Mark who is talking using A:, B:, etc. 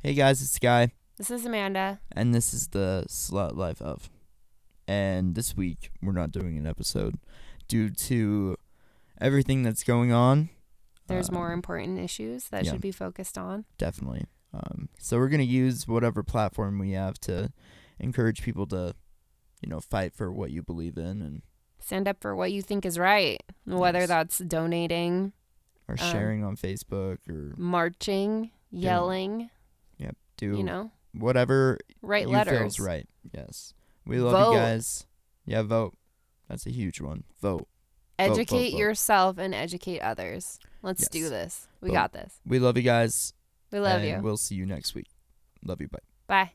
A: Hey guys, it's Sky,
B: This is Amanda.
A: and this is the Slut Life of. And this week we're not doing an episode due to everything that's going on.
B: There's
A: Um,
B: more important issues that
A: yeah.
B: should be focused on.
A: Definitely. Um, so we're gonna use whatever platform we have to encourage people to, you know, fight for what you believe in and
B: Stand up for what you think is right, whether
A: Yes.
B: that's donating,
A: or
B: Um,
A: sharing on Facebook or
B: marching, yelling,
A: do
B: you know,
A: whatever
B: write
A: you
B: letters.
A: feels right. Yes. We love
B: Vote.
A: you guys. Yeah, vote. That's a huge one. Vote. vote,
B: Educate
A: vote.
B: yourself and educate others. Let's do
A: Yes.
B: this. We
A: Vote.
B: got this.
A: We love you guys.
B: We love
A: and
B: you.
A: We'll see you next week. Love you. Bye.
B: Bye.